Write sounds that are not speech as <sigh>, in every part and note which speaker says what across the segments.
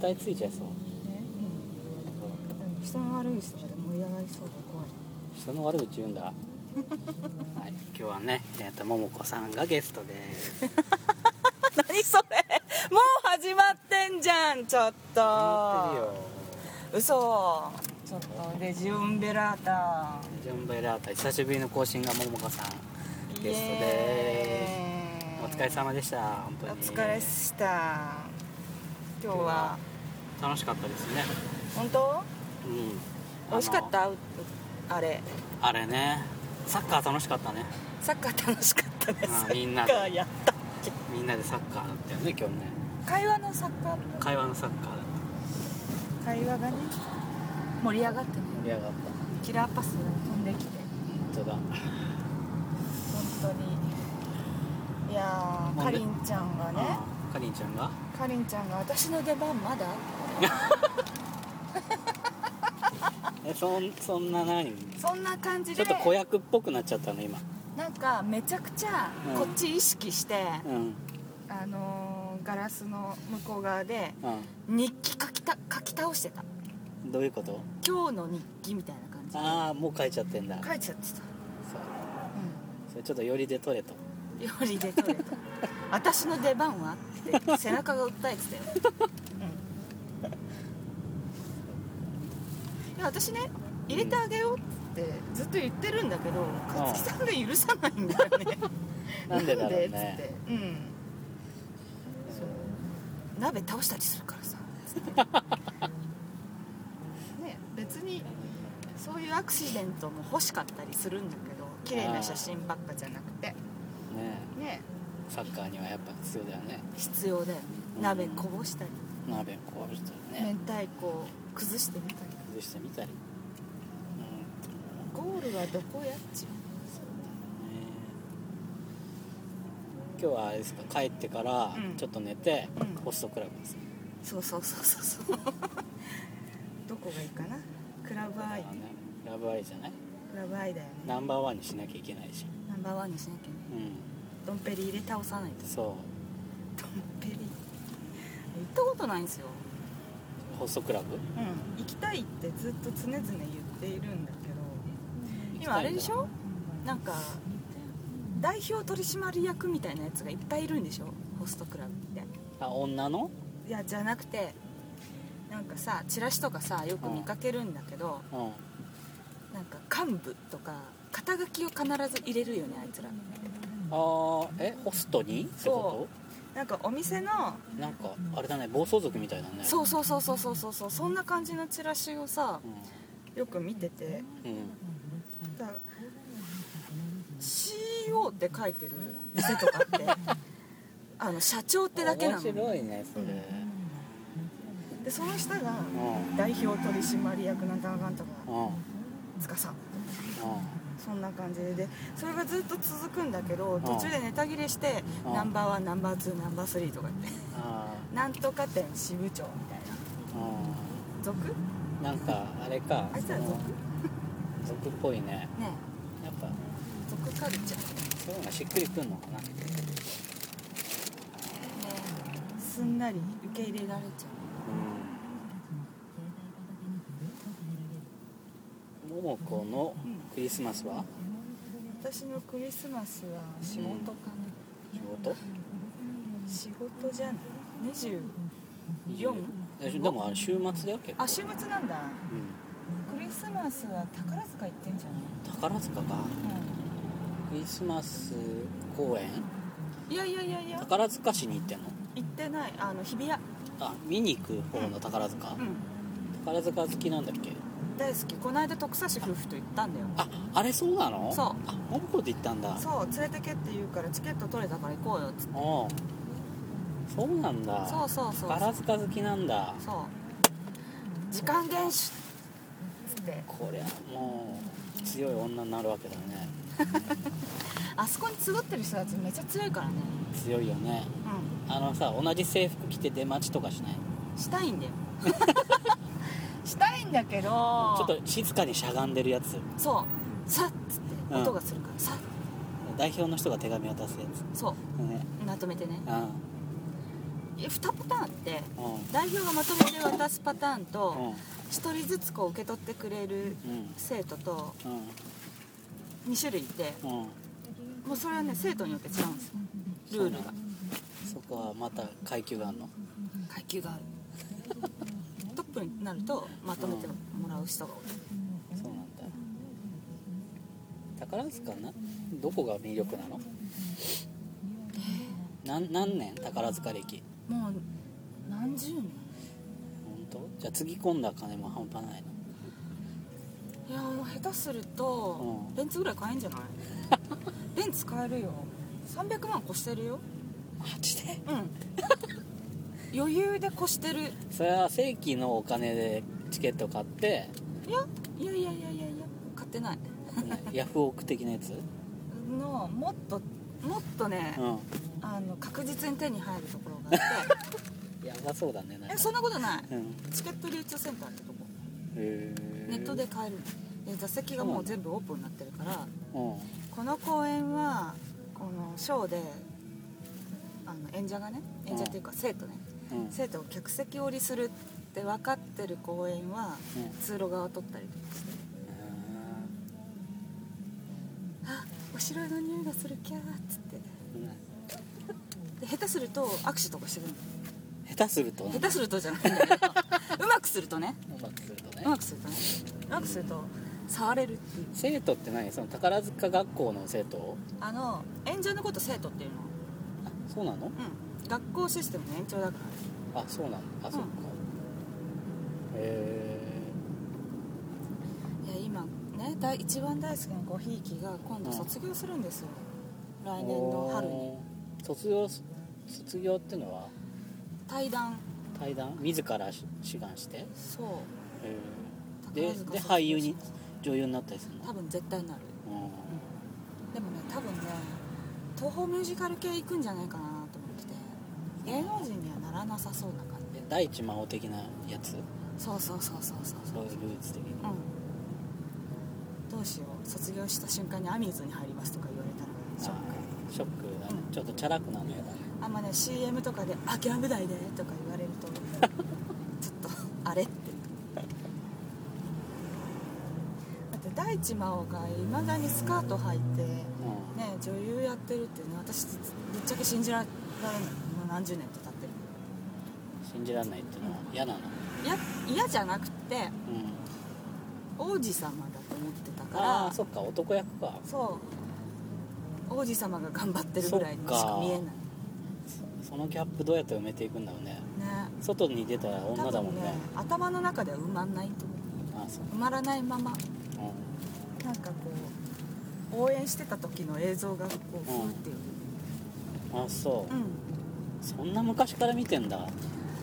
Speaker 1: 対ついちゃいそう
Speaker 2: ねうん、人の悪い人とかで盛り上がりそうで怖い
Speaker 1: 人の悪口言うんだはい今日はねえっとももこさんがゲストです
Speaker 2: <laughs> 何それもう始まってんじゃんちょっ
Speaker 1: 待ってるよ
Speaker 2: と嘘ちょっとレジオンベラータ
Speaker 1: ジョンベラータ久しぶりの更新がももこさんゲストで
Speaker 2: イエ
Speaker 1: す
Speaker 2: ーイ
Speaker 1: お疲れ様でした本当
Speaker 2: お
Speaker 1: に
Speaker 2: 疲れっした今日は
Speaker 1: 楽しかったですね
Speaker 2: 本当
Speaker 1: うん
Speaker 2: 美味しかっ
Speaker 1: あ
Speaker 2: たうあれ
Speaker 1: のあれねサッカー楽しかったね
Speaker 2: サッカー楽しかったで
Speaker 1: あ
Speaker 2: す
Speaker 1: みんな
Speaker 2: サッカーやった
Speaker 1: みんなでサッカーだったよね今日ね
Speaker 2: 会話のサッカー
Speaker 1: 会話のサッカーだった
Speaker 2: 会話がね盛り上がってね
Speaker 1: 盛り上がった
Speaker 2: キラーパスが飛んできて
Speaker 1: 本当だ
Speaker 2: 本当にいやー
Speaker 1: まあ
Speaker 2: か
Speaker 1: ね
Speaker 2: りんちゃんがね
Speaker 1: うんかりんちゃんが
Speaker 2: かりんちゃんが私の出番まだ
Speaker 1: えそんそんな何
Speaker 2: そんな感じ
Speaker 1: ちょ
Speaker 2: で
Speaker 1: っと子役っぽくなっちゃったの今
Speaker 2: なんかめちゃくちゃ
Speaker 1: うん
Speaker 2: こっち意識して、
Speaker 1: うんうん
Speaker 2: あのーガラスの向こう側で日記書きた書き倒してた
Speaker 1: どういうこと
Speaker 2: 今日の日記みたいな感じで
Speaker 1: ああもう書いちゃってんだ
Speaker 2: 書いちゃって
Speaker 1: そう
Speaker 2: た、う
Speaker 1: それちょっと寄りで取れと
Speaker 2: ん、料理で撮れた私の出番はって背中が訴えてたよ、うん、いや私ね入れてあげようってずっと言ってるんだけど勝木さんが許さないんだよね
Speaker 1: なんでだろう
Speaker 2: なんでっつっ
Speaker 1: ね
Speaker 2: てうん鍋倒したりするからさね別にそういうアクシデントも欲しかったりするんだけど綺麗な写真ばっかじゃなくて
Speaker 1: ね
Speaker 2: ね
Speaker 1: サッカーにはやっぱ必要だよね
Speaker 2: 必要だよね
Speaker 1: うん
Speaker 2: 鍋こぼしたり
Speaker 1: 鍋壊したり
Speaker 2: 明
Speaker 1: ね
Speaker 2: 太子崩してみたり
Speaker 1: 崩してみたりうん
Speaker 2: ゴールはどこやっちゅ
Speaker 1: ね今日はあれですか帰ってから
Speaker 2: うん
Speaker 1: ちょっと寝て、
Speaker 2: うん
Speaker 1: ホストクラブです
Speaker 2: うそうそうそうそうそう <laughs> どこがいいかなクラブアイ
Speaker 1: だからねラブアイじゃない
Speaker 2: クラブアイだよね
Speaker 1: ナンバーワンにしなきゃいけないし
Speaker 2: ナンバーワンにしなきゃね
Speaker 1: うん
Speaker 2: ドンペリ入れ倒さないと
Speaker 1: そ
Speaker 2: ドンペリ行ったことないんですよ
Speaker 1: うホストクラブ
Speaker 2: うん、行きたいってずっと常々言っているんだけど今あれでしょなんか代表取締役みたいなやつがいっぱいいるんでしょホストクラブって
Speaker 1: あ女の
Speaker 2: いやじゃなくてなんかさチラシとかさよく見かけるんだけど、
Speaker 1: うん
Speaker 2: なんか幹部とか肩書きを必ず入れるよねあいつら
Speaker 1: あーえホストにってこ
Speaker 2: なんかお店の
Speaker 1: となんかあれだね暴走族みたいだね
Speaker 2: そうそうそうそうそうそうそうそんな感じのチラシをさ
Speaker 1: う
Speaker 2: よく見てて
Speaker 1: ん、うん、
Speaker 2: だ CEO って書いてる店とかってあの社長ってだけな
Speaker 1: 面
Speaker 2: の
Speaker 1: 白いねそれ
Speaker 2: でその下が
Speaker 1: うん
Speaker 2: 代表取締役なんとかなんとか
Speaker 1: うんうん
Speaker 2: 塚さんそんな感じででそれがずっと続くんだけど
Speaker 1: ん
Speaker 2: 途中でネタ切れして
Speaker 1: うん
Speaker 2: ナンバーワンナンバーツーナンバースリーとか言って
Speaker 1: <laughs> あ
Speaker 2: なんとか店支部長みたいな
Speaker 1: ー
Speaker 2: 俗
Speaker 1: うんなんかあれか
Speaker 2: あいつら
Speaker 1: その
Speaker 2: 俗
Speaker 1: 俗っぽいね
Speaker 2: ね
Speaker 1: やっぱ
Speaker 2: 俗カルチャー
Speaker 1: そういうのがしっくりくるのかな
Speaker 2: ねすんなり受け入れられちゃ
Speaker 1: うん桃子のクリスマスは
Speaker 2: う私のクリスマスは仕事かな
Speaker 1: 仕事
Speaker 2: 仕事じゃん20四
Speaker 1: えでもあれ週末だよ結構
Speaker 2: あ週末なんだ
Speaker 1: うん、
Speaker 2: クリスマスは宝塚行ってんじゃな
Speaker 1: 宝塚か
Speaker 2: い、
Speaker 1: クリスマス公演
Speaker 2: いやいやいやいや
Speaker 1: 宝塚市に行ってんの
Speaker 2: 行ってないあの日比谷
Speaker 1: あ見に行く方の宝塚、
Speaker 2: うん
Speaker 1: 宝塚好きなんだっけ
Speaker 2: 大好きこの間徳差夫婦と行ったんだよ
Speaker 1: ああれそうなの
Speaker 2: そう
Speaker 1: あ桃子って行ったんだ
Speaker 2: そう連れてけって言うからチケット取れたから行こうよっつって
Speaker 1: おうそうなんだ
Speaker 2: そうそうそう
Speaker 1: 宝塚好きなんだ
Speaker 2: そう時間厳守っつって
Speaker 1: こりゃもう強い女になるわけだね
Speaker 2: あそこに集ってる人たちめっちゃ強いからね
Speaker 1: 強いよねあのさ同じ制服着て出待ちとかしない
Speaker 2: うんしたいんだ <laughs> よしたいんだけどちょ
Speaker 1: ちょっと静かにしゃがんでるやつ
Speaker 2: そうさっつって
Speaker 1: うん
Speaker 2: 音がするから、さ
Speaker 1: 代表の人が手紙を出すや
Speaker 2: そ
Speaker 1: つね
Speaker 2: うまとめてね
Speaker 1: うん
Speaker 2: 2パターンあって
Speaker 1: うん
Speaker 2: 代表がまとめて渡すパターン
Speaker 1: う
Speaker 2: と
Speaker 1: ん
Speaker 2: 1人ずつこう受け取ってくれる
Speaker 1: うん
Speaker 2: 生徒と
Speaker 1: うん
Speaker 2: 2種類いて
Speaker 1: うん
Speaker 2: もうそれはね生徒によって違うんですよルールが
Speaker 1: そこはまた階級があるの
Speaker 2: 階級 <laughs> があるトップになるとまとめてもらう人が多い
Speaker 1: そうなんだ宝塚などこが魅力なのなん何年宝塚歴
Speaker 2: もう何十年
Speaker 1: 本当じゃあつぎ込んだ金も半端ないの
Speaker 2: いやもう下手すると、
Speaker 1: うん
Speaker 2: ベンツぐらい買えんじ <laughs> ゃないベンツ買えるよ300万越してるよ
Speaker 1: マジで
Speaker 2: うん <laughs> 余裕で越してる
Speaker 1: それは正規のお金でチケット買って
Speaker 2: <laughs> いやいやいやいやいやいや買ってない
Speaker 1: ねヤフオク的なやつ
Speaker 2: のもっともっとね、
Speaker 1: う
Speaker 2: あの確実に手に入るところがあって
Speaker 1: んやばそうだね
Speaker 2: <laughs>
Speaker 1: なん
Speaker 2: え
Speaker 1: か
Speaker 2: そんなことない
Speaker 1: うん
Speaker 2: チケット流通センターってとこ
Speaker 1: へえ
Speaker 2: ネットで買えるで座席がもう全部オープンになってるから
Speaker 1: うんうん
Speaker 2: この公演はこのショーであの演者がね演者っていうか生徒ね、生徒を客席降りするって分かってる公演は
Speaker 1: うん
Speaker 2: 通路側取ったりとかしてあお城の匂いがするキャーっつって
Speaker 1: うん
Speaker 2: で下手すると握手とかしてくる
Speaker 1: 下手すると
Speaker 2: の
Speaker 1: ね
Speaker 2: 下手するとじゃないんだけどうまくするとね
Speaker 1: うまくするとね
Speaker 2: うまくするとねうまくすると触れるっていう
Speaker 1: 生徒って何その宝塚学校の生徒
Speaker 2: あの演者のこと生徒っていうの
Speaker 1: あそうなの
Speaker 2: うん学校システムの延長だか
Speaker 1: あそうなんだあそっかへ
Speaker 2: らいや今ね大一番大好きなごひいきが今度卒業するんですよ、
Speaker 1: え
Speaker 2: 来年の春に
Speaker 1: 卒業す卒業ってのは
Speaker 2: 対談
Speaker 1: 対談自らし志願してへ
Speaker 2: そう
Speaker 1: えで
Speaker 2: 宝塚卒業
Speaker 1: で
Speaker 2: します
Speaker 1: 俳優に女優になったりするの
Speaker 2: 多分絶対なる
Speaker 1: うん
Speaker 2: でもね多分ね東宝ミュージカル系行くんじゃないかなと思ってて芸能人にはならなさそうな感
Speaker 1: で第一魔王的なやつ
Speaker 2: じそうそうそうそうそうそ
Speaker 1: そう
Speaker 2: う
Speaker 1: いうルーツ的に
Speaker 2: うんどうしよう卒業した瞬間にアミューズに入りますとか言われたらショック
Speaker 1: あーショックだねちょっとチャラくなるやだね
Speaker 2: あんまね CM とかで「諦めないで」とか言わ
Speaker 1: <laughs>
Speaker 2: れるとちょっとあれってだって大地真央がいまだにスカート履いてね
Speaker 1: うん
Speaker 2: 女優やってるってね私ぶっちゃけ信じられないもう何十年と経ってる
Speaker 1: 信じられないっていうのは嫌なの
Speaker 2: いや嫌じゃなくて
Speaker 1: うん
Speaker 2: 王子様だと思ってたか
Speaker 1: あ
Speaker 2: ら
Speaker 1: あそっか男役か
Speaker 2: そう王子様が頑張ってるぐらいにしか見えない
Speaker 1: そのギャップどうやって埋めていくんだろうね
Speaker 2: ね
Speaker 1: 外に出たら女だもんね
Speaker 2: 多分頭の中では埋まんないと思
Speaker 1: あそう
Speaker 2: う埋まらないまま
Speaker 1: う
Speaker 2: なんかこう応援してた時の映像がこうふ
Speaker 1: うん
Speaker 2: ーっていう、
Speaker 1: んあそう、
Speaker 2: うん
Speaker 1: そんな昔から見てんだ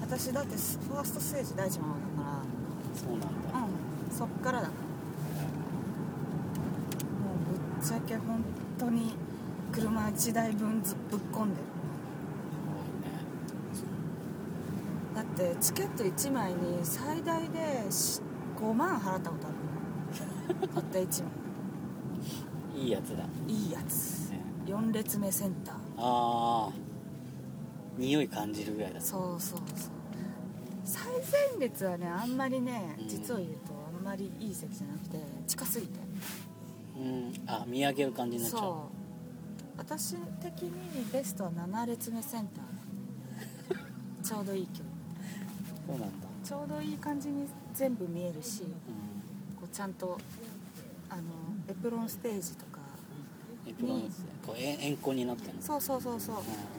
Speaker 2: 私だってスファーストステージ大事なものだか
Speaker 1: そうなんだ
Speaker 2: ら、うん、そっからだからもうぶっちゃけ本当に車1台分ずぶっ込んでるだってチケット1枚に最大でし5万払ったことあるたった1
Speaker 1: すごいねいいやつだ、ね、
Speaker 2: 枚いいやつ4列目センター
Speaker 1: ああ匂い感じるぐらいだ
Speaker 2: そうそうそう最前列はねあんまりね
Speaker 1: うん
Speaker 2: 実を言うとあんまりいい席じゃなくて近すぎて
Speaker 1: うんあ見上げる感じになっちゃう
Speaker 2: そう私的にベストは7列目セン
Speaker 1: <laughs>
Speaker 2: ターちょうどいい距離
Speaker 1: そうなんだ、
Speaker 2: ちょうどいい感じに全部見えるし
Speaker 1: う
Speaker 2: こうちゃんとあのエプロンステージとか
Speaker 1: ん、エプロンですねこうえ円弧になってるの
Speaker 2: そうそうそうそう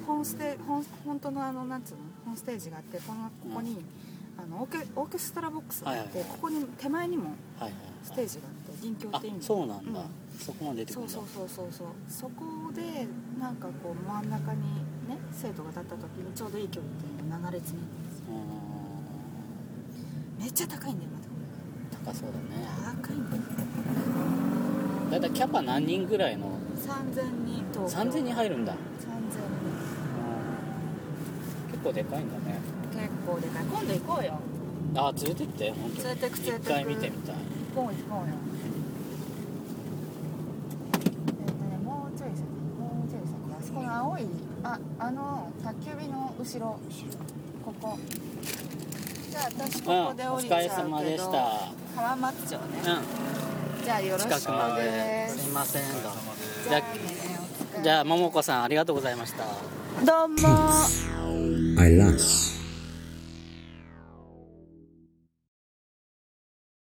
Speaker 2: 本ステ本本当のあのなんつうの本ステージがあってこのここに、あのオーケオーケストラボックスがあって、
Speaker 1: はいはいはい
Speaker 2: ここに手前にも
Speaker 1: はいはいはい
Speaker 2: ステージがあって臨境っ
Speaker 1: あ
Speaker 2: ていうんだ
Speaker 1: そうなんだ、
Speaker 2: うん
Speaker 1: そこまで出てく
Speaker 2: そ
Speaker 1: る
Speaker 2: うん
Speaker 1: だ
Speaker 2: そうそうそうそうそこでなんかこう真ん中にね生徒が立った時にちょうどいい距離っていうのが流れ詰めるんですよ
Speaker 1: うん
Speaker 2: めっちゃ高いんだよま
Speaker 1: 高そうだね
Speaker 2: た高いんだよ
Speaker 1: だいたいキャパ何人ぐらいの
Speaker 2: 3000人と
Speaker 1: 3000人入るんだ
Speaker 2: 3000
Speaker 1: 結構でかいんだね
Speaker 2: 人結構でかい今度行こうよ
Speaker 1: あ連れてって本当に
Speaker 2: 連れてく連れてく
Speaker 1: 一回見てみたい
Speaker 2: 行こう行こうよえっとねもうちょい先もうちょい先あそこの青いああの宅急便の後ろここじゃあ私
Speaker 1: うん
Speaker 2: こ
Speaker 1: お
Speaker 2: こで降り
Speaker 1: 疲
Speaker 2: ちゃうけ
Speaker 1: れ
Speaker 2: ど、
Speaker 1: 様でした
Speaker 2: 浜松町ね
Speaker 1: う
Speaker 2: じゃあよ
Speaker 1: ん
Speaker 2: ろしくです
Speaker 1: 近くまですいませんがじゃあじゃあももこさんありがとうございました
Speaker 2: どうも
Speaker 3: I laugh.